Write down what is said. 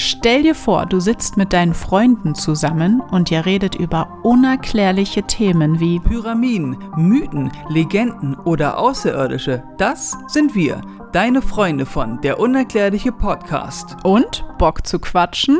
Stell dir vor, du sitzt mit deinen Freunden zusammen und ihr redet über unerklärliche Themen wie Pyramiden, Mythen, Legenden oder Außerirdische, das sind wir, deine Freunde von Der Unerklärliche Podcast. und Bock zu quatschen?